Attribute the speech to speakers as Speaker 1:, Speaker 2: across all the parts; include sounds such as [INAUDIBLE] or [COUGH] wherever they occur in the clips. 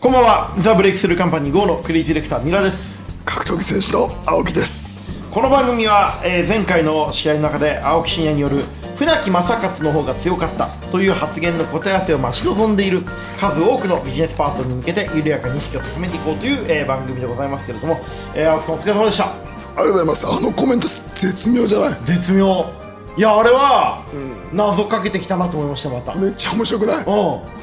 Speaker 1: こんばんはザ・ブレイクスルーカンパニー GO のクリエイティブディレクターミラです
Speaker 2: 格闘技選手の青木です
Speaker 1: この番組は、えー前回の試合の中で青木真也による船木正勝の方が強かったという発言の答え合わせを待ち望んでいる数多くのビジネスパーソンに向けて緩やかに引きを高めていこうという、えー番組でございますけれども、えー青木さんお疲れ様でした
Speaker 2: ありがとうございますあのコメント絶妙じゃない
Speaker 1: 絶妙いやあれは、謎かけてきたなと思いましたまたうん
Speaker 2: めっちゃ面白くないう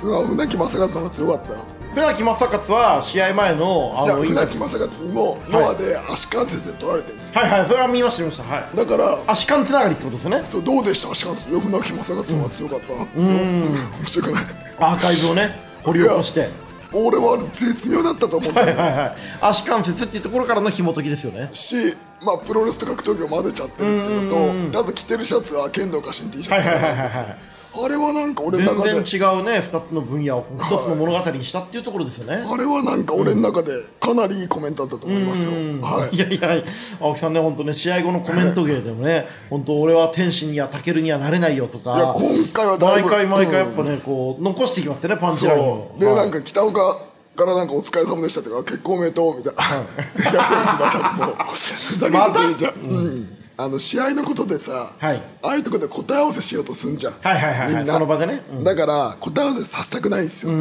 Speaker 2: わ船木正和さんが強かったよ
Speaker 1: 船木正勝は試合前のあ
Speaker 2: いや
Speaker 1: のインタ
Speaker 2: 船
Speaker 1: ビ
Speaker 2: 木正和にもノアで足関節で取られてるんですよ
Speaker 1: ューはいはいそれは見ました見ましたはい
Speaker 2: だから
Speaker 1: 足感つながりってことですよね
Speaker 2: そうどうでした足関節いや船木正和さんが強かったなうん面白くない
Speaker 1: アーカイブをね掘り起こして
Speaker 2: 俺はあれ絶妙だったと思うんだよね
Speaker 1: はいはい足関節っていうところからの紐解きですよね
Speaker 2: し、まあ、プロレスと格闘技を混ぜちゃってるっていうのとあと着てるシャツは剣道家臣 T シャツ
Speaker 1: はいはいはい
Speaker 2: あれはなんか俺の中で
Speaker 1: 全然違うね2つの分野を1つの物語にしたっていうところですよね
Speaker 2: あれはなんか俺の中でかなりいいコメントだったと思いますよ。はいい。
Speaker 1: やいや青木さんね本当ね試合後のコメント芸でもね本当俺は天心にはタケルにはなれないよと
Speaker 2: いや
Speaker 1: か
Speaker 2: 今回はだい
Speaker 1: 毎
Speaker 2: ぶ
Speaker 1: 回毎回やっぱねこう残していきますよねパンチライン
Speaker 2: そ
Speaker 1: を
Speaker 2: うでなんか北岡からなんかお疲れ様でしたとか結婚おめでとうみたいな。いやそうですまたもうふざけてくれじゃん。うんあの試合のことでさ、
Speaker 1: はい
Speaker 2: ああいうとこで答え合わせしようとすんじゃん、
Speaker 1: はいはいはいはい
Speaker 2: みんな
Speaker 1: その場でねう
Speaker 2: だから答え合わせさせたくないんですよ、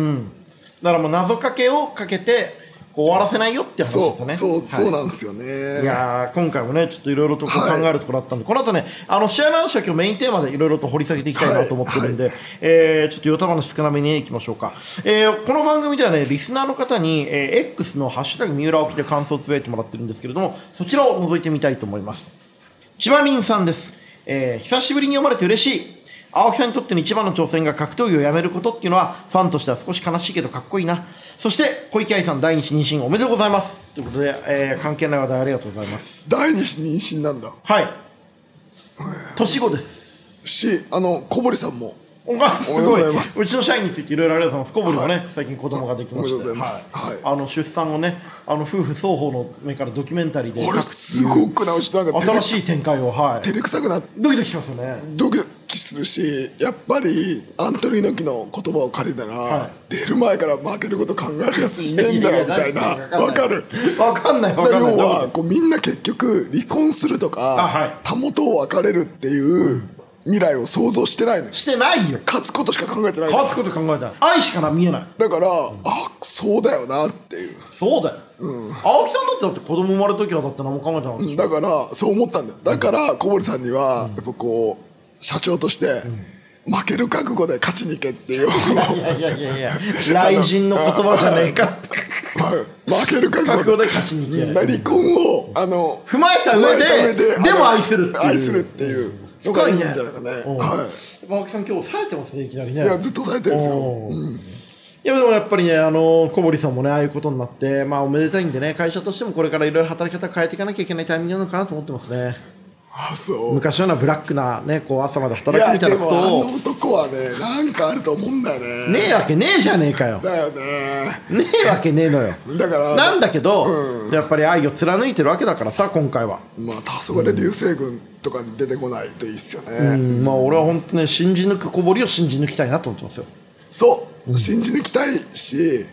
Speaker 1: だからもう謎かけをかけてこう終わらせないよって話
Speaker 2: そ
Speaker 1: で
Speaker 2: う
Speaker 1: すよね
Speaker 2: そう、
Speaker 1: はい
Speaker 2: そうなんですよね
Speaker 1: いやー今回もねちょっといろいろとこう考えるところだったんで、この後ねあの試合の話は今日メインテーマでいろいろと掘り下げていきたいなと思ってるんで、えーちょっとヨタ話少なめにいきましょうか、えーこの番組ではねリスナーの方に、えー X の「ハッシュタグ三浦沖」で感想をつぶやいてもらってるんですけれどもそちらを覗いてみたいと思います千葉凛さんです、えー久しぶりに読まれて嬉しい青木さんにとっての一番の挑戦が格闘技をやめることっていうのはファンとしては少し悲しいけどかっこいいなそして小池愛さん第二子妊娠おめでとうございますということで、えー関係ない話題ありがとうございます
Speaker 2: 第二子妊娠なんだ
Speaker 1: はい年後です
Speaker 2: しあの小堀さんも
Speaker 1: おかす
Speaker 2: おめでと
Speaker 1: ご
Speaker 2: うご
Speaker 1: い
Speaker 2: ざいます
Speaker 1: うちの社員についていろいろありがとうございます小堀もね、最近子供ができまして
Speaker 2: おめでとうございます
Speaker 1: はい
Speaker 2: は
Speaker 1: あの出産をねあの夫婦双方の目からドキュメンタリーで
Speaker 2: あれすごくなうちょっとなんか照
Speaker 1: 新
Speaker 2: れ
Speaker 1: しい展開をはい
Speaker 2: 照れくさくな
Speaker 1: ドキドキしますよね
Speaker 2: ドキドキするしやっぱりアントニー猪木の言葉を借りたら、
Speaker 1: は
Speaker 2: 出る前から負けること考えるやついねえんだよみたいなわかる
Speaker 1: わかんないわ
Speaker 2: だ
Speaker 1: か
Speaker 2: か
Speaker 1: らんない
Speaker 2: 要はこうみんな結局離婚するとか、
Speaker 1: あはい
Speaker 2: たもとを別れるっていう未来を想像してないのよ
Speaker 1: してないよ
Speaker 2: 勝つことしか考えてないの
Speaker 1: 勝つこと考えたら愛しかな見えない
Speaker 2: だから、あそうだよなっていう
Speaker 1: そうだよ、青木さんだってだって子供生まれた時はだって何も考えてなかったでしょ
Speaker 2: だからそう思ったんだよだから小堀さんにはやっぱこう社長として負ける覚悟で勝ちに行けっていう
Speaker 1: い
Speaker 2: [LAUGHS]
Speaker 1: やいやいやいや雷神の言葉じゃねえかって
Speaker 2: 負ける覚
Speaker 1: 覚
Speaker 2: 悟
Speaker 1: 悟
Speaker 2: で
Speaker 1: で勝ちにいけない
Speaker 2: 離婚をあの
Speaker 1: 踏まえた上で
Speaker 2: 踏まえた上で
Speaker 1: でも
Speaker 2: あの
Speaker 1: 愛するっていう
Speaker 2: 愛するっていうのがいいんじゃないかね
Speaker 1: うん
Speaker 2: は
Speaker 1: 青木さん今日冴えてますねいきなりね
Speaker 2: いいやずっとされてるんですよ
Speaker 1: おーいやでもやっぱりね、あの小堀さんもね、ああいうことになって、まあおめでたいんでね、会社としてもこれからいろいろ働き方変えていかなきゃいけないタイミングなのかなと思ってますね。
Speaker 2: あそう
Speaker 1: 昔のようなブラックなね、こう朝まで
Speaker 2: い
Speaker 1: 働く
Speaker 2: や
Speaker 1: みたい
Speaker 2: で
Speaker 1: なこ
Speaker 2: もあ
Speaker 1: と
Speaker 2: の
Speaker 1: を、
Speaker 2: 男はねなんかあると思うんだよね
Speaker 1: ねえわけねえじゃねえかよ。
Speaker 2: だよね
Speaker 1: ねえわけねえのよ。
Speaker 2: だから
Speaker 1: なんだけど、やっぱり愛を貫いてるわけだからさ今回は、
Speaker 2: まあ黄昏流星群とかに出てこないといいっすよね、
Speaker 1: うんまあ俺は本当ね信じ抜く小堀を信じ抜きたいなと思ってますよ
Speaker 2: そう、信じ抜きたいし、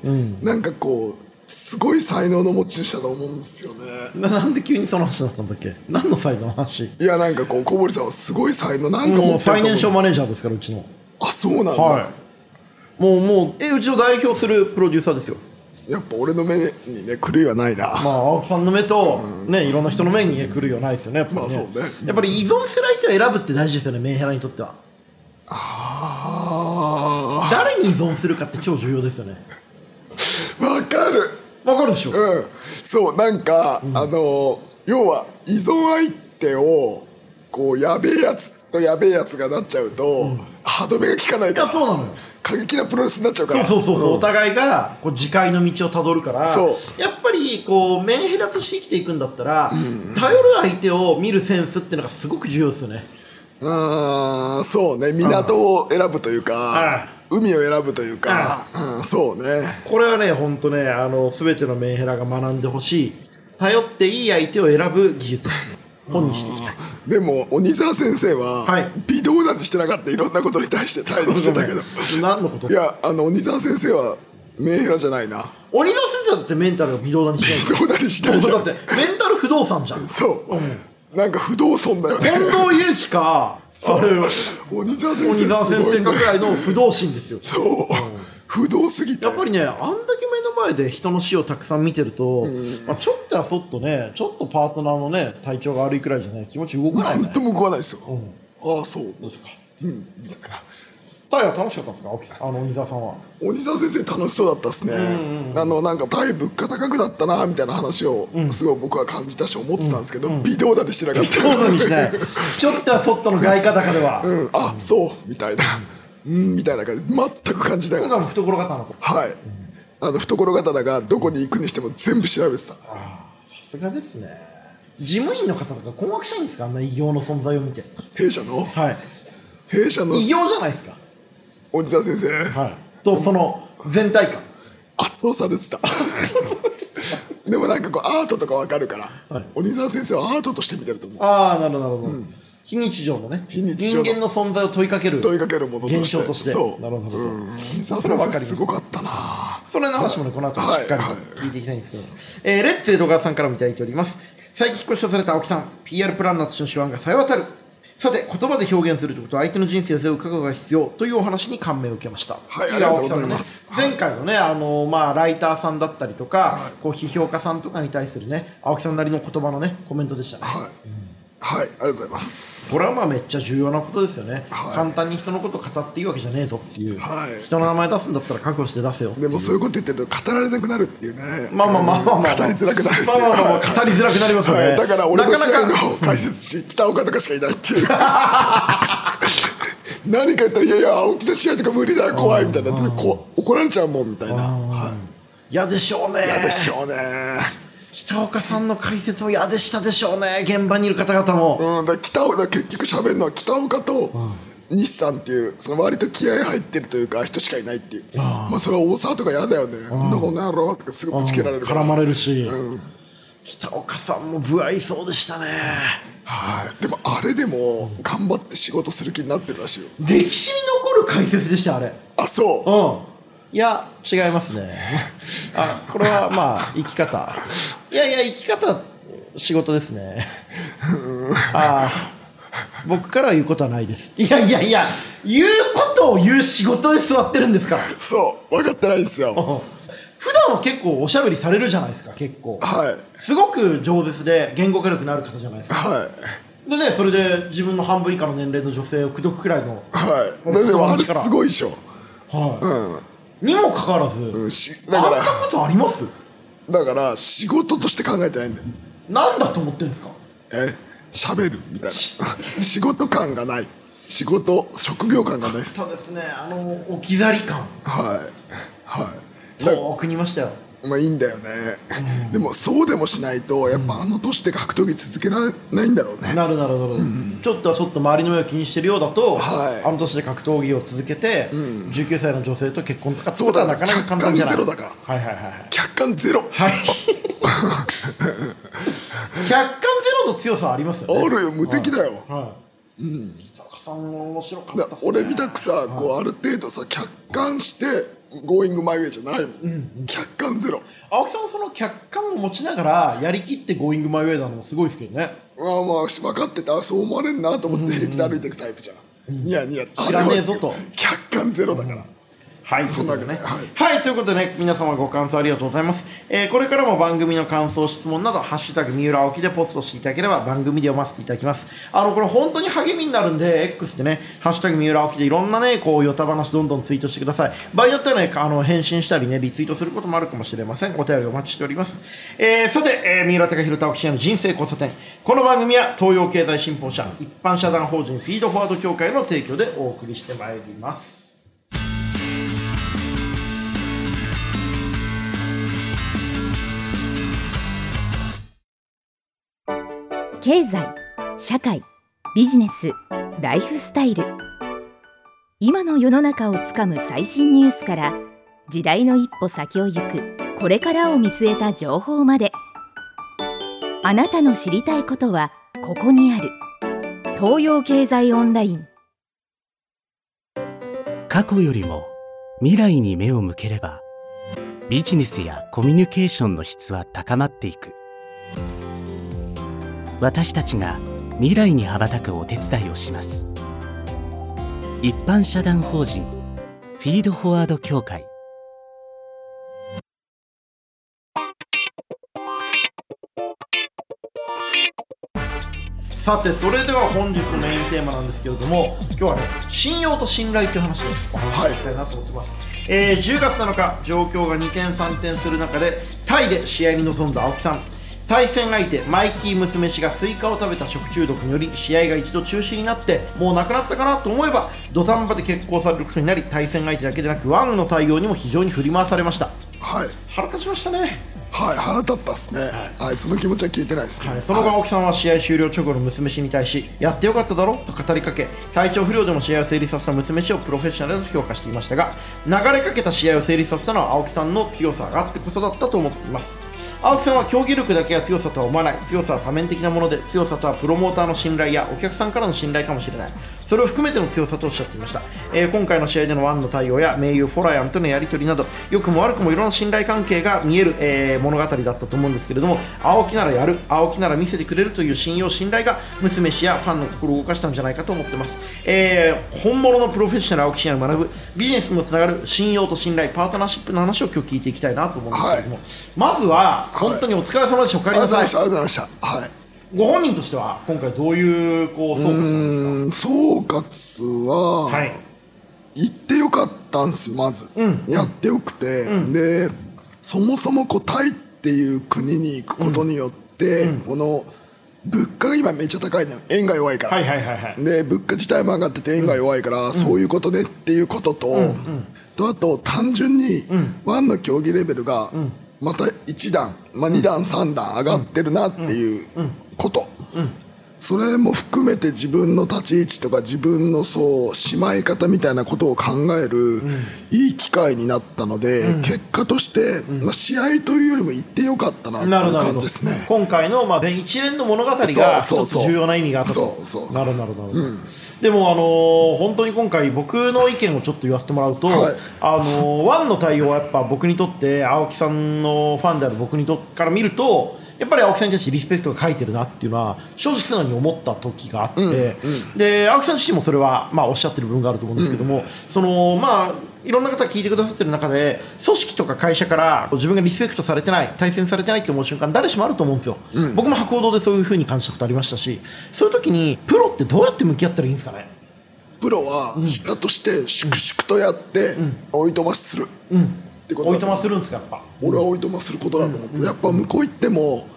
Speaker 2: なんかこうすごい才能の持ち主だと思うんですよね
Speaker 1: ななんで急にその話になったんだっけ何の才能の話
Speaker 2: いやなんかこう小堀さんはすごい才能なんか
Speaker 1: も
Speaker 2: 持
Speaker 1: う
Speaker 2: ってる
Speaker 1: 最
Speaker 2: と思う
Speaker 1: 年少マネージャーですからうちの
Speaker 2: あそうなんだ、
Speaker 1: いもうもうえうちを代表するプロデューサーですよ
Speaker 2: やっぱ俺の目にね狂いはないな、
Speaker 1: まあ青木さんの目と、ねいろんな人の目に来るようないですよねやっぱりね,、
Speaker 2: まあそうねうん
Speaker 1: やっぱり依存する相手を選ぶって大事ですよねメンヘラにとっては
Speaker 2: あ
Speaker 1: 誰に依存するかって超重要ですよね
Speaker 2: ーわかる
Speaker 1: わかるでしょ、
Speaker 2: うんそうなんか、あの要は依存相手をこうやべえやつとやべえやつがなっちゃうと、歯止めが効かない
Speaker 1: い
Speaker 2: か
Speaker 1: や
Speaker 2: ら
Speaker 1: そうなのよ
Speaker 2: 過激なプロレスになっちゃうから
Speaker 1: そうそうそうそう、お互いがこう自戒の道をたどるから
Speaker 2: そ
Speaker 1: やっぱりこうメンヘラとして生きていくんだったら、頼る相手を見るセンスっていうのがすごく重要ですよね
Speaker 2: あーそうね港を選ぶというか、海を選ぶというか、うん、そうね
Speaker 1: これはね本当ねあの全てのメンヘラが学んでほしい頼っていい相手を選ぶ技術本にしていきたい
Speaker 2: でも鬼沢先生は、
Speaker 1: はい
Speaker 2: 微動だにしてなかったいろんなことに対して対応してたけど
Speaker 1: 何のこと
Speaker 2: いやあの鬼沢先生はメンヘラじゃないな
Speaker 1: 鬼沢先生だってメンタルが微動だにしない
Speaker 2: どうなりしないじゃ
Speaker 1: だっ
Speaker 2: ん
Speaker 1: てメンタル不動産じゃん近
Speaker 2: そう、なんか不動産だよね
Speaker 1: 藤祐樹かあれ
Speaker 2: 鬼沢先生
Speaker 1: 鬼沢先
Speaker 2: すごい
Speaker 1: 生
Speaker 2: な
Speaker 1: かくらいの不動心ですよ
Speaker 2: そう、不動すぎて
Speaker 1: やっぱりねあんだけ目の前で人の死をたくさん見てると、まあ、ちょっとやそっとねちょっとパートナーのね体調が悪いくらいじゃね気持ち動かな
Speaker 2: ないん
Speaker 1: ね
Speaker 2: とも食わないですよ、ああそう
Speaker 1: ですか
Speaker 2: うんだから
Speaker 1: タイは楽しかったんですか青木さんあの鬼沢さんは
Speaker 2: 鬼沢先生楽しそうだったですね、あのなんかだいぶ物価高くなったなみたいな話をすごい僕は感じたし思ってたんですけど、微動だにしてなかった
Speaker 1: そういうのにしないちょっとやそっとの外貨高では、
Speaker 2: うん、あ、そうみたいなうんみたいな感じ全く感じない
Speaker 1: 僕は懐刀の子
Speaker 2: はいあの懐刀がどこに行くにしても全部調べてた
Speaker 1: さすがですね事務員の方とか困惑しないんですかあんな異形の存在を見て
Speaker 2: 弊社の
Speaker 1: はい
Speaker 2: 弊社の
Speaker 1: 異形じゃないですか
Speaker 2: 鬼沢先生、
Speaker 1: はいとその全体感
Speaker 2: 圧倒されてた [LAUGHS] でもなんかこうアートとかわかるから、
Speaker 1: はい
Speaker 2: 鬼沢先生はアートとして見てると思う
Speaker 1: ああなるほどなるほど、非日常のね
Speaker 2: 非日常の
Speaker 1: 人間の存在を問いかける
Speaker 2: 問いかけるものとして
Speaker 1: 現象として
Speaker 2: そう
Speaker 1: なるほどなるほど
Speaker 2: うん鬼沢
Speaker 1: それは
Speaker 2: 先
Speaker 1: わか
Speaker 2: 生
Speaker 1: ります
Speaker 2: すごかったな
Speaker 1: その辺の話もね、この後しっかり
Speaker 2: はい
Speaker 1: 聞いていきたいんですけど、えーレッツ江戸川さんからもいただいております。最近引っ越しをされた青木さん、PR プランナーとしての手腕がさえ渡る。さて、言葉で表現するということは相手の人生を背負う覚悟が必要というお話に感銘を受けました。
Speaker 2: はい
Speaker 1: や
Speaker 2: ありがとう
Speaker 1: 青木さんのね
Speaker 2: ございます
Speaker 1: 前回のね、あのまあ、ライターさんだったりとか、こう批評家さんとかに対するね、青木さんなりの言葉のね、コメントでしたね。
Speaker 2: はい、はいありがとうございます
Speaker 1: これはまあめっちゃ重要なことですよね、
Speaker 2: はい
Speaker 1: 簡単に人のこと語っていいわけじゃねえぞっていう、
Speaker 2: はい
Speaker 1: 人の名前出すんだったら覚悟して出せよっていう
Speaker 2: でもそういうこと言ってると語られなくなるっていうね
Speaker 1: まあまあまあまあまあ
Speaker 2: 語りづらくなるっていう
Speaker 1: まあまあまあまあ語りづらくなりますよね、
Speaker 2: はい、だから俺の
Speaker 1: なか
Speaker 2: 試
Speaker 1: な
Speaker 2: 合
Speaker 1: か
Speaker 2: の解説し北岡とかしかいないっていう [LAUGHS] 何か言ったら「いやいや青木の試合とか無理だよ怖い」みたいなこう怒られちゃうもんみたいな、は
Speaker 1: 嫌でしょうね
Speaker 2: い、嫌でしょうね、
Speaker 1: 北岡さんの解説も嫌でしたでしょうね現場にいる方々も、
Speaker 2: うん、だから北岡だから結局喋るのは北岡と西さんっていうその割と気合入ってるというか人しかいないっていうまあそれは大沢とか嫌だよね「なんだこんな野郎」とかすぐぶちけられるから
Speaker 1: 絡まれるし、北岡さんも不愛想でしたね
Speaker 2: はい、でもあれでも頑張って仕事する気になってるらしいよ
Speaker 1: 歴史に残る解説でしたあれ
Speaker 2: あそう
Speaker 1: いや違いますねあこれはまあ生き方いやいや生き方仕事ですねああ僕からは言うことはないですいやいやいや言うことを言う仕事で座ってるんですから
Speaker 2: そう分かってないんですよ
Speaker 1: 普段は結構おしゃべりされるじゃないですか結構
Speaker 2: はい
Speaker 1: すごく饒舌で言語化力のある方じゃないですか
Speaker 2: はい
Speaker 1: でねそれで自分の半分以下の年齢の女性を口説くくらいの
Speaker 2: はいででもあれすごいでしょ、
Speaker 1: はい、にもかかわらず、
Speaker 2: うん、し
Speaker 1: あ
Speaker 2: だ
Speaker 1: ん
Speaker 2: か
Speaker 1: な
Speaker 2: ら
Speaker 1: ことあります
Speaker 2: だから仕事として考えてないんだよ
Speaker 1: なんだと思ってんですか
Speaker 2: え喋るみたいな [LAUGHS] 仕事感がない仕事職業感がないです
Speaker 1: そうですねあの置き去り感
Speaker 2: はいはいだ
Speaker 1: 遠くにいましたよ
Speaker 2: まあいいんだよね、でもそうでもしないとやっぱあの年で格闘技続けられないんだろうね
Speaker 1: なるなるなる、ちょっとはそっと周りの目を気にしてるようだと、
Speaker 2: はい
Speaker 1: あの年で格闘技を続けて、19歳の女性と結婚とかって
Speaker 2: そう
Speaker 1: こと
Speaker 2: だ
Speaker 1: は
Speaker 2: ね
Speaker 1: なかなか簡単じゃない
Speaker 2: 客観ゼロだか
Speaker 1: は
Speaker 2: ら
Speaker 1: いはいはいはい
Speaker 2: 客観ゼロ
Speaker 1: はい客観ゼロの強さはありますよね
Speaker 2: あるよ無敵だよ、
Speaker 1: はい、北岡さん面白か
Speaker 2: だ
Speaker 1: った
Speaker 2: から
Speaker 1: っすね
Speaker 2: 俺みたくさ、こうある程度さ客観して「Going my way」じゃないもん、客観ゼロ
Speaker 1: 青木さんはその客観を持ちながらやりきって「ゴーイングマイウェイ」なのもすごいですけどね
Speaker 2: まあまあ分かってたあそう思われんなと思って平気で歩いていくタイプじゃん、ニヤニヤ
Speaker 1: 知らねえぞと
Speaker 2: あれは客観ゼロだから、
Speaker 1: はい、
Speaker 2: そんなわけ
Speaker 1: と
Speaker 2: で
Speaker 1: いうことでね
Speaker 2: ね
Speaker 1: はい、ということでね、皆様ご感想ありがとうございます。えーこれからも番組の感想、質問など、ハッシュタグ、三浦青木でポストしていただければ番組で読ませていただきます。あの、これ本当に励みになるんで、X でね、ハッシュタグ、三浦青木でいろんなね、こう、ヨタ話どんどんツイートしてください。場合によってはね、あの、返信したりね、リツイートすることもあるかもしれません。お便りお待ちしております。えーさて、えー三浦貴弘と青木真也の人生交差点。この番組は東洋経済新報社、一般社団法人フィードフォワード協会の提供でお送りしてまいります。
Speaker 3: 経済社会ビジネスライフスタイル今の世の中をつかむ最新ニュースから時代の一歩先を行くこれからを見据えた情報まであなたの知りたいことはここにある東洋経済オンライン
Speaker 4: 過去よりも未来に目を向ければビジネスやコミュニケーションの質は高まっていく私たちが未来に羽ばたくお手伝いをします一般社団法人フィードフォワード協会
Speaker 1: さてそれでは本日のメインテーマなんですけれども今日はね信用と信頼という話でお話ししていきたいなと思ってます、えー10月7日状況が2点3点する中でタイで試合に臨んだ青木さん対戦相手マイキー娘氏がスイカを食べた食中毒により試合が一度中止になってもうなくなったかなと思えば土壇場で決行されることになり対戦相手だけでなくワンの対応にも非常に振り回されました
Speaker 2: はい
Speaker 1: 腹立ちましたね
Speaker 2: はい腹立ったっすねはいその気持ちは聞いてないっすね
Speaker 1: はいその後、青木さんは試合終了直後の娘氏に対し、やってよかっただろと語りかけ、体調不良でも試合を成立させた娘氏をプロフェッショナルと評価していましたが、流れかけた試合を成立させたのは青木さんの強さがあってこそだったと思っています。青木さんは競技力だけが強さとは思わない、強さは多面的なもので、強さとはプロモーターの信頼やお客さんからの信頼かもしれない、それを含めての強さとおっしゃっていました。えー今回の試合でのワンの対応や盟友フォライアンとのやり取りなど、良くも悪くもいろんな信頼関係が見える、えー物語だったと思うんですけれども、青木ならやる、青木なら見せてくれるという信用、信頼が、娘氏やファンの心を動かしたんじゃないかと思ってます。えー本物のプロフェッショナル青木氏が学ぶ、ビジネスにもつながる信用と信頼、パートナーシップの話を今日聞いていきたいなと思うんですけれども、まずは、本当にお疲れ様でした。お帰
Speaker 2: あ
Speaker 1: り
Speaker 2: りがと
Speaker 1: な
Speaker 2: うござい
Speaker 1: さい
Speaker 2: まし。たありがとうございましたはい
Speaker 1: ご本人としては、今回どういう、こう、総括なんですか
Speaker 2: うん総括は、
Speaker 1: はい。
Speaker 2: 行ってよかったんすよまず、やってよくて、でそもそもこうタイっていう国に行くことによって、この物価が今めっちゃ高いのよ円が弱いから、
Speaker 1: はいはいはいはい。
Speaker 2: で物価自体も上がってて円が弱いから、そういうことねっていうことと、とあと単純にワンの競技レベルがまた1段、まあ、2段3段上がってるなっていうこと、それも含めて自分の立ち位置とか自分のそうしまい方みたいなことを考える、いい機会になったので、結果として、まあ、試合というよりも行ってよかったなって
Speaker 1: なるほ
Speaker 2: いう
Speaker 1: どなる
Speaker 2: 感
Speaker 1: ほ
Speaker 2: じ
Speaker 1: ど
Speaker 2: ですね。
Speaker 1: 今回の、まあ、一連の物語がちょ
Speaker 2: そう
Speaker 1: っ
Speaker 2: そ
Speaker 1: と
Speaker 2: うそう
Speaker 1: 重要な意味があったと
Speaker 2: そうそうそう
Speaker 1: なるほどなるほど、でも、あのー本当に今回僕の意見をちょっと言わせてもらうと、
Speaker 2: はい
Speaker 1: あのーワンの対応はやっぱ僕にとって青木さんのファンである僕にとから見るとやっぱり青木さんに対してリスペクトが書いてるなっていうのは正直素直に思った時があって、で青木さん自身もそれは、まあ、おっしゃってる部分があると思うんですけども、そのまあいろんな方が聞いてくださってる中で組織とか会社から自分がリスペクトされてない対戦されてないって思う瞬間誰しもあると思うんですよ、僕も博報堂でそういう風に感じたことありましたしそういう時にプロってどうやって向き合ったらいいんですかね
Speaker 2: プロは仕方として粛々とやっておいとましする、ってこと
Speaker 1: おい
Speaker 2: だ
Speaker 1: とまするんですかやっぱ
Speaker 2: 俺はおいとますることだと思って、やっぱ向こう行っても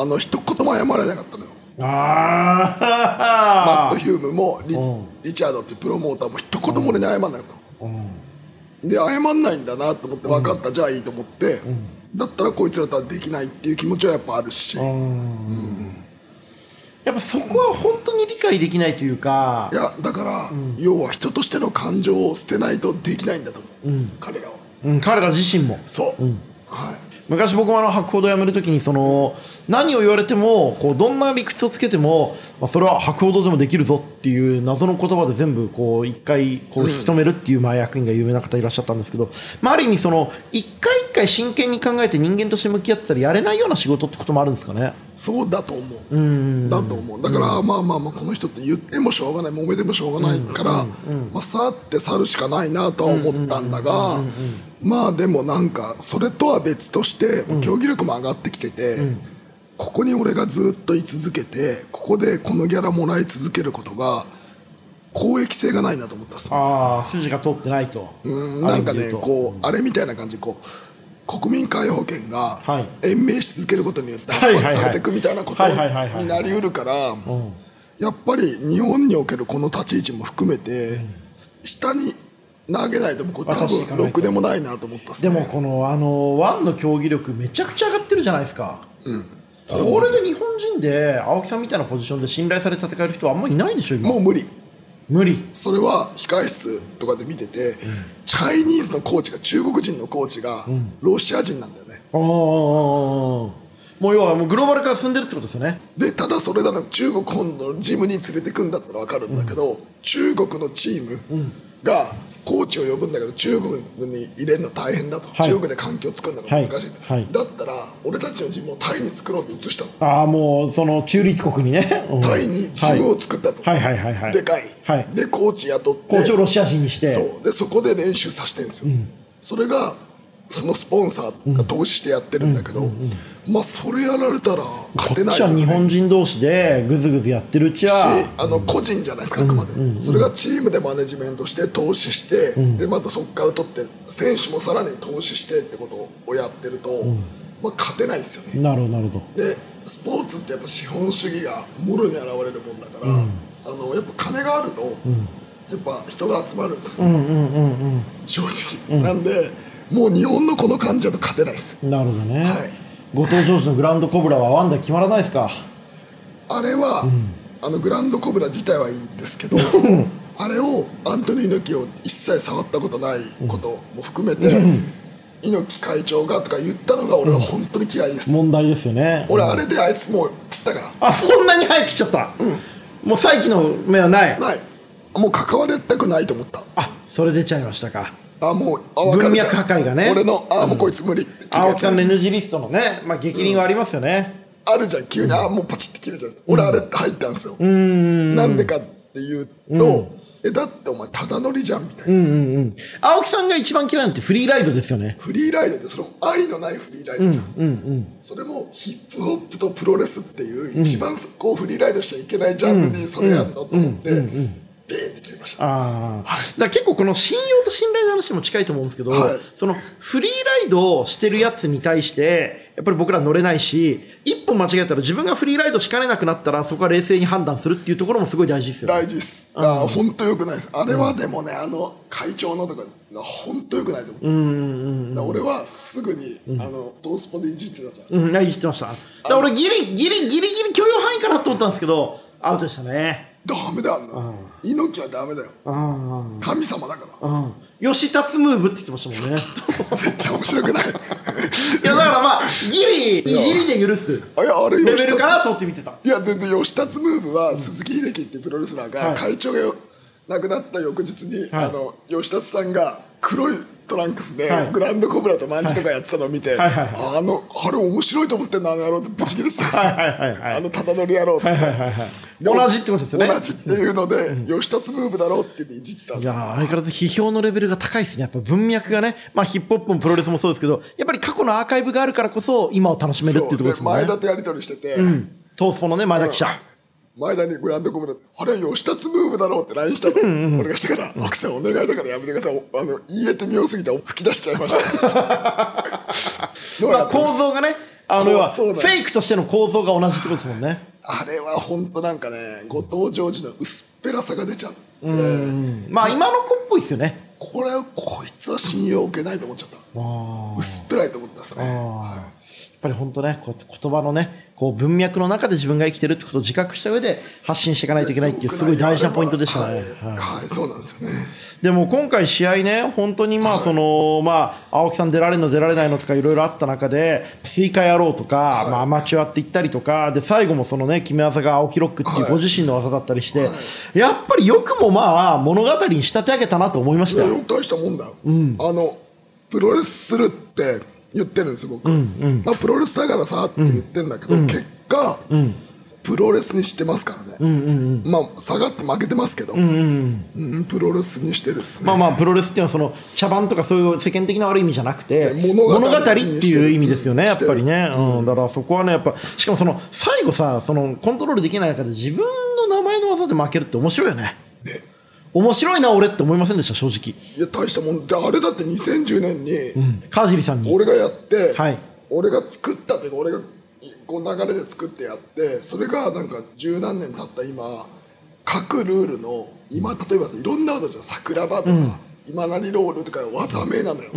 Speaker 2: あの一言も謝られなかったのよマ
Speaker 1: あ [LAUGHS]
Speaker 2: ット・ヒュームもリ,、
Speaker 1: うん
Speaker 2: リチャードってプロモーターも一言も俺に謝らなかったの、で謝んないんだなと思って分かった、じゃあいいと思って、だったらこいつらとはできないっていう気持ちはやっぱあるし、い
Speaker 1: やっぱそこは本当に理解できないというか
Speaker 2: やだから、要は人としての感情を捨てないとできないんだと思う、彼らは
Speaker 1: うん彼ら自身も
Speaker 2: そう、はい
Speaker 1: 昔僕もあの博報堂辞めるときにその何を言われてもこうどんな理屈をつけても、まあ、それは博報堂でもできるぞっていう謎の言葉で全部こう一回こう引き止めるっていうまあ役員が有名な方いらっしゃったんですけど、まあ、ある意味その一回一回真剣に考えて人間として向き合ってたらやれないような仕事ってこともあるんですかね
Speaker 2: そうだと思うだと思うだからまあまあまあこの人って言ってもしょうがない揉めてもしょうがないからまあ去って去るしかないなとは思ったんだがまあでもなんかそれとは別として競技力も上がってきててここに俺がずっと居続けてここでこのギャラもらい続けることが公益性がないなと思ったんです
Speaker 1: ああ筋が通ってないと
Speaker 2: うんなんか
Speaker 1: ある意味で言
Speaker 2: ね
Speaker 1: うと
Speaker 2: こうあれみたいな感じでこう国民皆保険が
Speaker 1: はい
Speaker 2: 延命し続けることによって
Speaker 1: はい
Speaker 2: 発
Speaker 1: はいはい
Speaker 2: 発されていくみたいなこと
Speaker 1: はいはいはいはい
Speaker 2: になりうるからやっぱり日本におけるこの立ち位置も含めて下に投げないともうこれ多
Speaker 1: 私行かないと
Speaker 2: 分ろくでもないなと思ったっす
Speaker 1: で
Speaker 2: ね
Speaker 1: もこのあのワンの競技力めちゃくちゃ上がってるじゃないですか、これで日本人で青木さんみたいなポジションで信頼されて戦える人はあんまりいないでしょ今
Speaker 2: もう無理
Speaker 1: 無理
Speaker 2: それは控え室とかで見ててチャイニーズのコーチが中国人のコーチがロシア人なんだよね
Speaker 1: ああもう要はもうグローバル化が進んでるってことですよね
Speaker 2: でただそれなら中国本土のジムに連れてくんだったら分かるんだけど、中国のチームがコーチを呼ぶんだけど中国に入れるの大変だと、
Speaker 1: はい
Speaker 2: 中国で環境を作るのが難しいと、
Speaker 1: はいはい
Speaker 2: だったら俺たちのジムをタイに作ろうって移したの、
Speaker 1: ああもうその中立国にね、 [LAUGHS] うん
Speaker 2: タイにジムを作ったぞ、
Speaker 1: はいはいはいはい
Speaker 2: でかい、
Speaker 1: はい
Speaker 2: でコーチ雇って
Speaker 1: 校長ロシア人にして
Speaker 2: そうでそこで練習させてるんですよ、それがそのスポンサーが投資してやってるんだけど、まあそれやられたら
Speaker 1: こ
Speaker 2: 勝
Speaker 1: って
Speaker 2: ない
Speaker 1: ち
Speaker 2: よ
Speaker 1: は
Speaker 2: ね
Speaker 1: 日本人同士でぐずぐずやってるうち
Speaker 2: し
Speaker 1: は
Speaker 2: あの個人じゃないですかあくまで、それがチームでマネジメントして投資して、でまたそこから取って選手もさらに投資してってことをやってると、まあ、勝てないですよね
Speaker 1: なるほどなるほ
Speaker 2: でスポーツってやっぱ資本主義がもろに現れるもんだから、あのやっぱ金があると、やっぱ人が集まるんですよ、正直、なんでもう日本のこの感じだと勝てないです
Speaker 1: どなるほどね、
Speaker 2: はい
Speaker 1: 後藤上司のグランドコブラはワンダ決まらないですか
Speaker 2: あれは、あのグランドコブラ自体はいいんですけどあれをアントニー猪木を一切触ったことないことも含めて、猪木会長がとか言ったのが俺は本当に嫌いです、
Speaker 1: 問題ですよね
Speaker 2: 俺あれであいつもう切ったから
Speaker 1: あそんなに早く来ちゃった、もう再起の目はない
Speaker 2: ないもう関わりたくないと思った
Speaker 1: あそれ出ちゃいましたか
Speaker 2: あもうあ分かるじゃん
Speaker 1: 文脈破壊がね
Speaker 2: 俺のあもうこいつ無理って
Speaker 1: 青木さんの
Speaker 2: 違う
Speaker 1: NG リストのね、まあ、激輪はありますよね、
Speaker 2: あるじゃん急にあもうパチって切れちゃうんです俺あれ入ったんですよなんでかっていうとえだってお前ただ乗りじゃんみたいな
Speaker 1: 青木さんが一番嫌いなのってフリーライドですよね
Speaker 2: フリーライドってそれも愛のないフリーライドじゃんそれもヒップホップとプロレスっていう一番こうフリーライドしちゃいけないジャンルにそれやんのと思ってビーンって切れました
Speaker 1: ああ、だから結構この信用と信頼の話にも近いと思うんですけど、
Speaker 2: はい
Speaker 1: そのフリーライドをしてるやつに対して、やっぱり僕ら乗れないし、一歩間違えたら自分がフリーライドしかねなくなったら、そこは冷静に判断するっていうところもすごい大事ですよね。
Speaker 2: 大事です。あー本当良くないです。あれはでもね、あの会長のとか、本当良くないと思う。だから俺はすぐに、あの、トースポでいじってたじゃん。
Speaker 1: うん、いい知ってました。だから俺ギリギリギリギリ許容範囲かなと思ったんですけど、アウトでしたね。
Speaker 2: ダメだよ、あんなの。猪木はダメだよ。神様だから。
Speaker 1: うん。吉達ムーブって言ってましたもんね。
Speaker 2: めっちゃ面白くない。
Speaker 1: [LAUGHS]
Speaker 2: [LAUGHS]
Speaker 1: いや、だからまあ、ギリ、いじりで許す
Speaker 2: あいや、あれ
Speaker 1: レベルかな
Speaker 2: 吉
Speaker 1: と思って見てた。
Speaker 2: いや、全然、吉達ムーブは、鈴木秀樹っていうプロレスラー
Speaker 1: は
Speaker 2: が、
Speaker 1: い
Speaker 2: 会長がよ亡くなった翌日に、
Speaker 1: はい
Speaker 2: あの、吉達さんが、黒いトランクスで
Speaker 1: はい
Speaker 2: グランドコブラとマンチとかやってたのを見て、
Speaker 1: はいはいは
Speaker 2: あのあれ面白いと思ってんのあの野郎ってブチ切れてたんですよ、
Speaker 1: はいはいはいはい
Speaker 2: あのただ乗り野郎っつって、
Speaker 1: 同じってことですよね。
Speaker 2: 同じっていうので、吉達ムーブだろうって言っていじってたん
Speaker 1: い
Speaker 2: です
Speaker 1: や
Speaker 2: よ
Speaker 1: ー相変わらず批評のレベルが高いですね。やっぱ文脈がね、まあヒップホップもプロレスもそうですけど、やっぱり過去のアーカイブがあるからこそ今を楽しめるっていうところです
Speaker 2: そう
Speaker 1: もん
Speaker 2: 前
Speaker 1: ね
Speaker 2: 田。とやり取りしてて、
Speaker 1: トースポのね、前田記者。
Speaker 2: 前田にグランドコブラあれ吉達ムーブだろうって LINE したの、俺がしてから「奥さんお願いだからやめてくださいおあの言えて妙すぎて吹き出しちゃい [LAUGHS] ました」どう
Speaker 1: ま
Speaker 2: や
Speaker 1: あ
Speaker 2: ってま
Speaker 1: 構
Speaker 2: す
Speaker 1: 造がね、あの要は
Speaker 2: そ
Speaker 1: フ
Speaker 2: うなんです
Speaker 1: ェイクとしての構造が同じってことですもんね。
Speaker 2: あれは本当なんかね後藤ジョージの薄っぺらさが出ちゃって、
Speaker 1: まあ今の子っぽいですよね。
Speaker 2: これはこいつは信用を受けないと思っちゃった薄っぺらいと思ったですねは
Speaker 1: やっぱり本当ね、こうやって言葉のね、こう文脈の中で自分が生きてるってことを自覚した上で発信していかないといけないっていうすごい大事なポイントでしたね。
Speaker 2: はい、はいそうなんですよね
Speaker 1: でも今回、試合ね、本当にまあその、まあ、青木さん出られるの、出られないのとかいろいろあった中で、追加やろうとか、まあ、アマチュアって言ったりとか、で最後もそのね、決め技が青木ロックっていうご自身の技だったりして、やっぱりよくもまあ、物語に仕立て上げたなと思いまし
Speaker 2: い
Speaker 1: た
Speaker 2: や
Speaker 1: よ。
Speaker 2: よく大したもんだよ、あのプロレスするって言ってるんですよ僕、まあ、プロレスだからさって言ってんだけど、結果、プロレスにしてますからね、まあ下がって負けてますけど、うんプロレスにしてるっすね、
Speaker 1: まあまあ、プロレスっていうのはその、茶番とかそういう世間的な悪い意味じゃなくて、
Speaker 2: 物語
Speaker 1: っていう意味ですよね、
Speaker 2: うん
Speaker 1: やっぱりね。うん、だからそこはね、やっぱ、しかもその、最後さ、その、コントロールできない中で自分の名前の技で負けるって面白いよね。面白いな、俺って思いませんでした、正直。
Speaker 2: いや大したもんであれだって2010年に
Speaker 1: 川尻さんに。
Speaker 2: 俺がやって、
Speaker 1: はい
Speaker 2: 俺が作ったっていうか俺がこう流れで作ってやってそれがなんか十何年経った今各ルールの今例えばさいろんな技じゃん桜庭とか、今何ロールとか技名なのよ、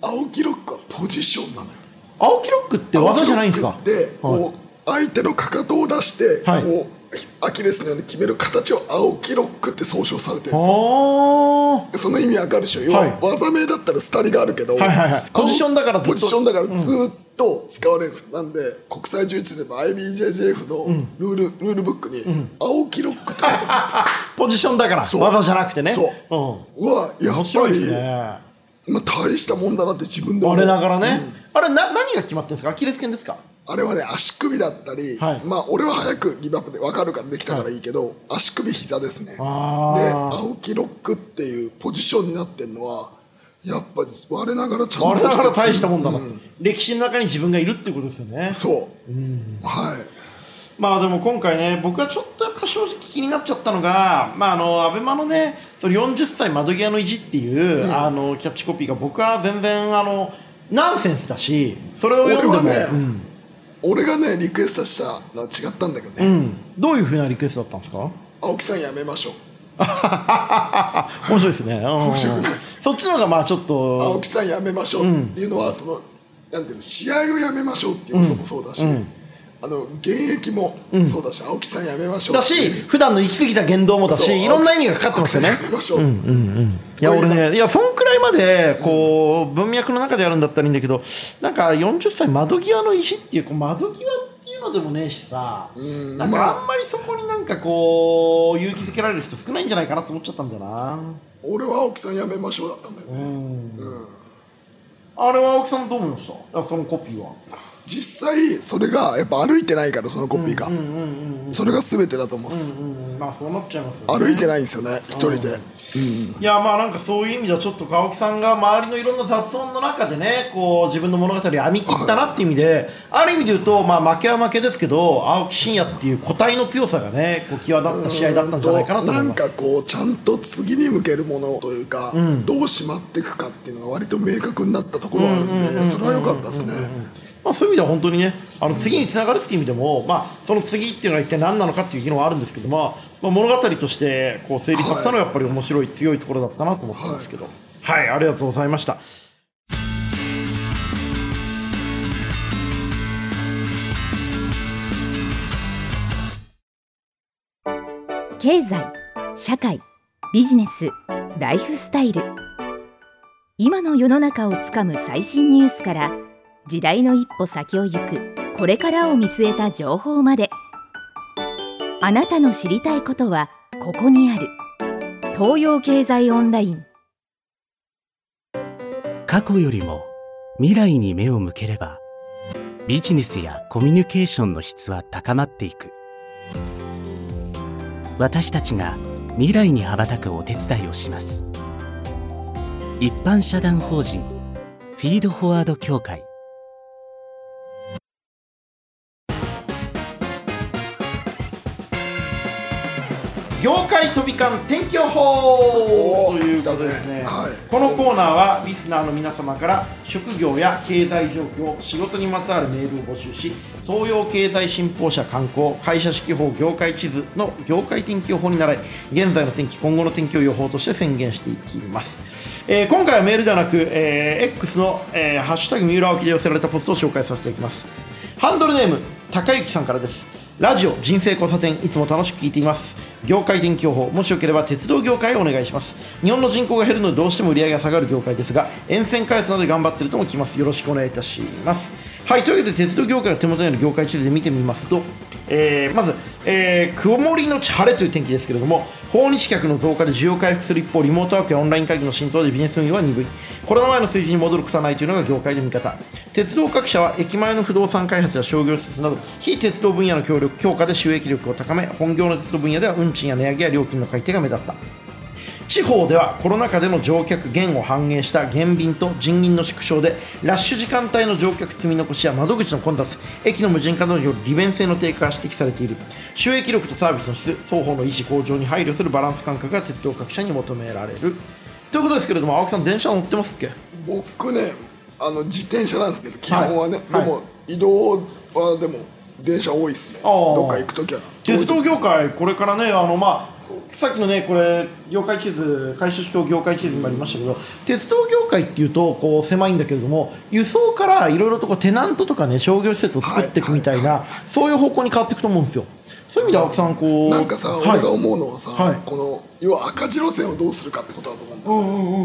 Speaker 2: 青木ロックはポジションなのよ
Speaker 1: 青木ロックって技じゃないんですか
Speaker 2: 青木ロックってこう、相手のかかとを出して、
Speaker 1: はい
Speaker 2: こう引っアキレスのように決める形を青木ロックって総称されてるんですよ
Speaker 1: あ
Speaker 2: その意味わかるでしょ要
Speaker 1: は
Speaker 2: はい技名だったらスタリがあるけど、
Speaker 1: はいはいはいポジションだからずっと
Speaker 2: ポジションだからずっと使われるんですよ、なんで国際柔術でも IBJJF のルール,、ルールブックに青木ロックって書いてあ
Speaker 1: ーポジションだから
Speaker 2: そう
Speaker 1: 技じゃなくて
Speaker 2: るんで
Speaker 1: ね
Speaker 2: すよ、
Speaker 1: う
Speaker 2: そう、はや
Speaker 1: ん、面
Speaker 2: っ
Speaker 1: 白
Speaker 2: ぱ
Speaker 1: いで
Speaker 2: り、
Speaker 1: すね
Speaker 2: まあ、大したもんだなって自分で思う
Speaker 1: 我ながらね、あれな何が決まってるんですかアキレス腱ですか
Speaker 2: あれはね足首だったり、
Speaker 1: はい
Speaker 2: まあ俺は早くギブアップで分かるからできたからいいけど、足首膝ですね
Speaker 1: あ
Speaker 2: で
Speaker 1: ー
Speaker 2: 青木ロックっていうポジションになってるのはやっぱ我ながらちゃんと
Speaker 1: 我ながら大した
Speaker 2: ん
Speaker 1: もんだな、歴史の中に自分がいるっていうことですよね
Speaker 2: そう、はい
Speaker 1: まあでも今回ね僕はちょっとやっぱ正直気になっちゃったのがまああのアベマのねその40歳窓際の意地っていう、あのキャッチコピーが僕は全然あのナンセンスだしそれを
Speaker 2: 俺
Speaker 1: 読
Speaker 2: は
Speaker 1: んで
Speaker 2: ね
Speaker 1: も、、
Speaker 2: 俺がねリクエストしたのは違ったんだけどね、
Speaker 1: うんうん、どういうふうなリクエストだったんです [LAUGHS] か
Speaker 2: 青木さんやめましょう
Speaker 1: 面白いですね、うん
Speaker 2: 白い
Speaker 1: そっちの方がまあちょっ
Speaker 2: 青
Speaker 1: と
Speaker 2: 木さんやめましょうっていうのは、そのなんていうの試合をやめましょうっていうこともそうだし、あの現役もそうだし、青木さんやめましょう
Speaker 1: だ
Speaker 2: ってい
Speaker 1: し
Speaker 2: う
Speaker 1: 普段の行き過ぎた言動もだ
Speaker 2: そう
Speaker 1: しいろんな意味がかかってますよね
Speaker 2: 青木さんやめましょう、
Speaker 1: いや俺ねいやそんくらいまでこう文脈の中でやるんだったらいいんだけどなんか40歳窓際の石っていうこう窓際っていうのでもねえしさなん
Speaker 2: まあ
Speaker 1: かあんまりそこになんかこう勇気づけられる人少ないんじゃないかなと思っちゃったんだよな
Speaker 2: 俺は青木さんやめましょうだったんだよね、
Speaker 1: あれは青木さんどう思いましたいやそのコピーは
Speaker 2: 実際それがやっぱ歩いてないからそのコピーが、それが全てだと思うっす、
Speaker 1: うんまあそうなっちゃいますよね
Speaker 2: 歩いてないんですよね一人で、
Speaker 1: いやまあなんかそういう意味ではちょっと青木さんが周りのいろんな雑音の中でねこう自分の物語を編み切ったなっていう意味である意味で言うとまあ負けは負けですけど青木真也っていう個体の強さがねこう際立った試合だったんじゃないかなと思い
Speaker 2: ん
Speaker 1: ます
Speaker 2: かこうちゃんと次に向けるものというか、どう締まっていくかっていうのが割と明確になったところはあるんで、それは良かったですね、
Speaker 1: まあそういう意味では本当にねあの次につながるっていう意味でもまあその次っていうのは一体何なのかっていう議論はあるんですけどまあまあ物語としてこう成立させたのはやっぱり面白い強いところだったなと思ったんですけどはいありがとうございました。
Speaker 3: 経済社会ビジネスライフスタイル今の世の中をつかむ最新ニュースから時代の一歩先を行くこれからを見据えた情報まであなたの知りたいことはここにある東洋経済オンライン
Speaker 4: 過去よりも未来に目を向ければビジネスやコミュニケーションの質は高まっていく私たちが未来に羽ばたくお手伝いをします一般社団法人フィードフォワード協会
Speaker 1: 業界飛び交う天気予報
Speaker 2: おー
Speaker 1: ということですね、
Speaker 2: 来たねはい
Speaker 1: このコーナーはリスナーの皆様から職業や経済状況仕事にまつわるメールを募集し東洋経済新報社観光会社指揮法業界地図の業界天気予報に習い現在の天気今後の天気を予報として宣言していきます、えー今回はメールではなく、えー X の、えーハッシュタグ三浦沖」で寄せられたポストを紹介させていきますハンドルネーム高幸さんからですラジオ人生交差点いつも楽しく聞いています業界天気予報もしよければ鉄道業界をお願いします日本の人口が減るのでどうしても売り上げが下がる業界ですが沿線開発などで頑張ってるとも聞きますよろしくお願いいたしますはいというわけで鉄道業界の手元にある業界地図で見てみますと、えーまず、えー曇りのち晴れという天気ですけれども訪日客の増加で需要回復する一方リモートワークやオンライン会議の浸透でビジネス運用は鈍いコロナ前の水準に戻ることはないというのが業界の見方鉄道各社は駅前の不動産開発や商業施設など非鉄道分野の協力強化で収益力を高め本業の鉄道分野では運賃や値上げや料金の改定が目立った地方ではコロナ禍での乗客減を反映した減便と人員の縮小でラッシュ時間帯の乗客積み残しや窓口の混雑駅の無人化などによる利便性の低下が指摘されている収益力とサービスの質双方の維持向上に配慮するバランス感覚が鉄道各社に求められるということですけれども青木さん電車乗ってますっけ
Speaker 2: 僕ねあの自転車なんですけど基本はね、
Speaker 1: はい
Speaker 2: でも、移動はでも電車多いですね
Speaker 1: あー
Speaker 2: どっか行く時は
Speaker 1: 鉄道業界これからねあのまあさっきのねこれ業界地図回収橋業界地図にもありましたけど鉄道業界っていうとこう狭いんだけれども輸送からいろいろとこうテナントとかね商業施設を作っていくみたいな、そういう方向に変わっていくと思うんですよそういう意味で青木さんこう
Speaker 2: なんかさ、
Speaker 1: はい
Speaker 2: 俺が思うのはさ、
Speaker 1: はい
Speaker 2: この要は赤字路線をどうするかってことだと思うんだ、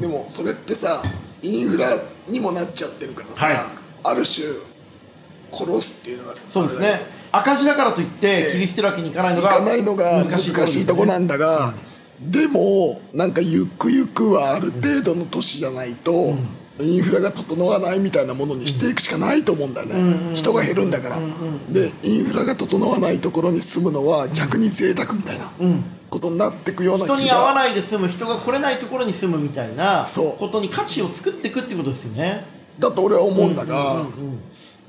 Speaker 2: でもそれってさインフラにもなっちゃってるからさ、
Speaker 1: はい
Speaker 2: ある種殺すっていうのが
Speaker 1: そうですね赤字だからといって切り捨てるわけにいかないの
Speaker 2: 行
Speaker 1: が
Speaker 2: かないのが難し
Speaker 1: ところですね
Speaker 2: いとこなんだが、でもなんかゆくゆくはある程度の都市じゃないと、インフラが整わないみたいなものにしていくしかないと思うんだよね、人が減るんだから、でインフラが整わないところに住むのは逆に贅沢みたいなことになっていくような気が
Speaker 1: 人に会わないで済む人が来れないところに住むみたいな
Speaker 2: そう
Speaker 1: ことに価値を作っていくってことですよね
Speaker 2: だと俺は思うんだがう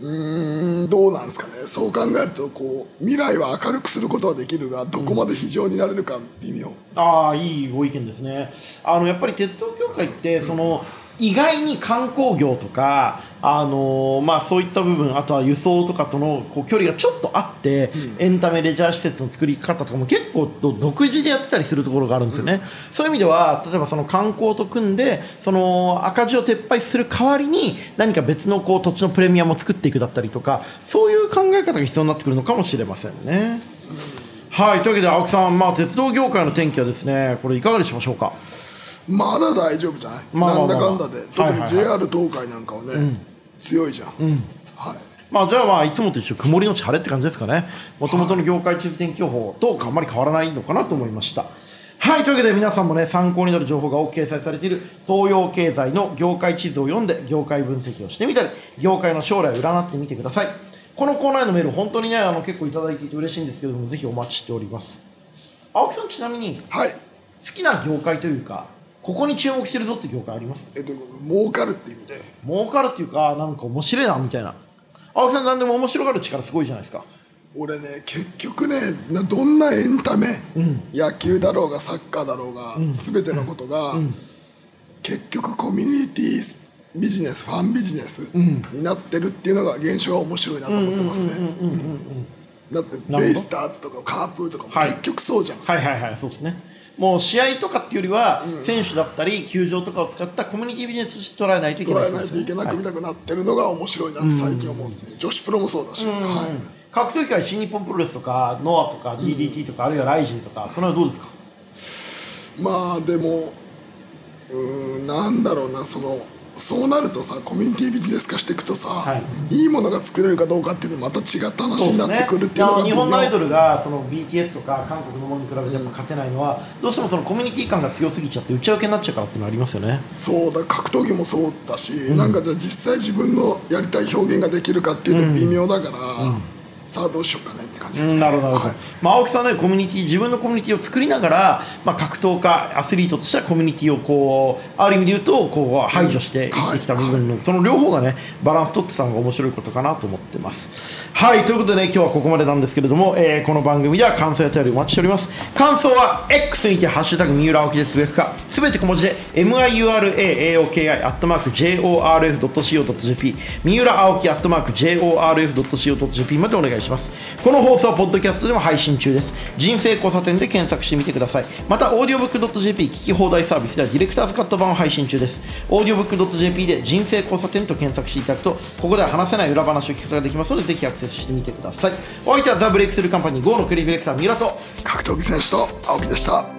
Speaker 2: ーんどうなんですかねそう考えるとこう未来は明るくすることはできるがどこまで非常になれるか微妙、
Speaker 1: ああいいご意見ですねあのやっぱり鉄道協会ってその意外に観光業とか、あのまあ、そういった部分あとは輸送とかとのこう距離がちょっとあって、エンタメレジャー施設の作り方とかも結構独自でやってたりするところがあるんですよね、そういう意味では例えばその観光と組んでその赤字を撤廃する代わりに何か別のこう土地のプレミアムを作っていくだったりとかそういう考え方が必要になってくるのかもしれませんね。はい、というわけで青木さん、まあ、鉄道業界の天気はですねこれいかがでしましょうか
Speaker 2: まだ大丈夫じゃない、
Speaker 1: まあまあまあ
Speaker 2: なんだかんだで
Speaker 1: はい
Speaker 2: 特
Speaker 1: はいは
Speaker 2: に
Speaker 1: い
Speaker 2: JR 東海なんかはね、強いじゃん、はい
Speaker 1: まあじゃあまあいつもと一緒曇りのち晴れって感じですかねもともとの業界地図天気予報とあんまり変わらないのかなと思いましたはいというわけで皆さんもね参考になる情報が多く掲載されている東洋経済の業界地図を読んで業界分析をしてみたり業界の将来を占ってみてくださいこのコーナーへのメール本当にねあの結構いただいていて嬉しいんですけどもぜひお待ちしております青木さんちなみに
Speaker 2: はい
Speaker 1: 好きな業界というかここに注目してるぞって業界あります
Speaker 2: えっと儲かるって意味で
Speaker 1: 儲かるっていうかなんか面白いなみたいな青木さん何でも面白がる力すごいじゃないですか
Speaker 2: 俺ね結局ねなどんなエンタメ、野球だろうがサッカーだろうが、全てのことが、結局コミュニティビジネスファンビジネスになってるっていうのが現象は面白いなと思ってますねだって
Speaker 1: ど
Speaker 2: ベイスターズとかカープーとかも
Speaker 1: はい
Speaker 2: 結局そうじゃん、
Speaker 1: はいはいはいそうですねもう試合とかっていうよりは、選手だったり球場とかを使ったコミュニティビジネスとして捉えないといけ
Speaker 2: 捉
Speaker 1: ない
Speaker 2: えないといけなく見たくなってるのが面白いなって最近思うんですね、女子プロもそうだし、はい
Speaker 1: 格闘技界新日本プロレスとかノアとか DDT とか、あるいはライジンとかそれはどうですか
Speaker 2: まあでもうーんなんだろうなそのそうなるとさコミュニティビジネス化していくとさ、、
Speaker 1: はい
Speaker 2: いものが作れるかどうかっていうのまた違った話になってくるっていうの
Speaker 1: あ
Speaker 2: が
Speaker 1: の日本のアイド
Speaker 2: ル
Speaker 1: ルがその BTS とか韓国のものに比べてやっぱ勝てないのは、どうしてもそのコミュニティ感が強すぎちゃって打ち分けになっちゃうからっていうのはありますよね
Speaker 2: そうだ格闘技もそうだし、なんかじゃあ実際自分のやりたい表現ができるかっていうの微妙だから、さあどうしようかねって感じで
Speaker 1: う
Speaker 2: すね、
Speaker 1: んなるほど、なるほ
Speaker 2: は
Speaker 1: ど
Speaker 2: い
Speaker 1: まあ、青木さんねコミュニティ自分のコミュニティを作りながら、まあ、格闘家アスリートとしてはコミュニティをこうある意味で言うとこう排除して生きてきた部分の、その両方がねバランス取ってたのが面白いことかなと思ってますはいということでね今日はここまでなんですけれども、えーこの番組では感想やお便りお待ちしております感想は X にて「ハッシュタグ三浦青木でつぶやくか」すべて小文字で MIURAAOKI アットマーク JORF.CO.JP 三浦青木アットマーク JORF.CO.JP までお願いしますこの放送はポッドキャストでも配信中です人生交差点で検索してみてくださいまたオーディオブック .jp 聞き放題サービスではディレクターズカット版を配信中ですオーディオブック .jp で人生交差点と検索していただくとここでは話せない裏話を聞くことができますのでぜひアクセスしてみてくださいお相手はザ・ブレイクスルーカンパニー GO のクリーディレクター三浦と
Speaker 2: 格闘技選手と青木でした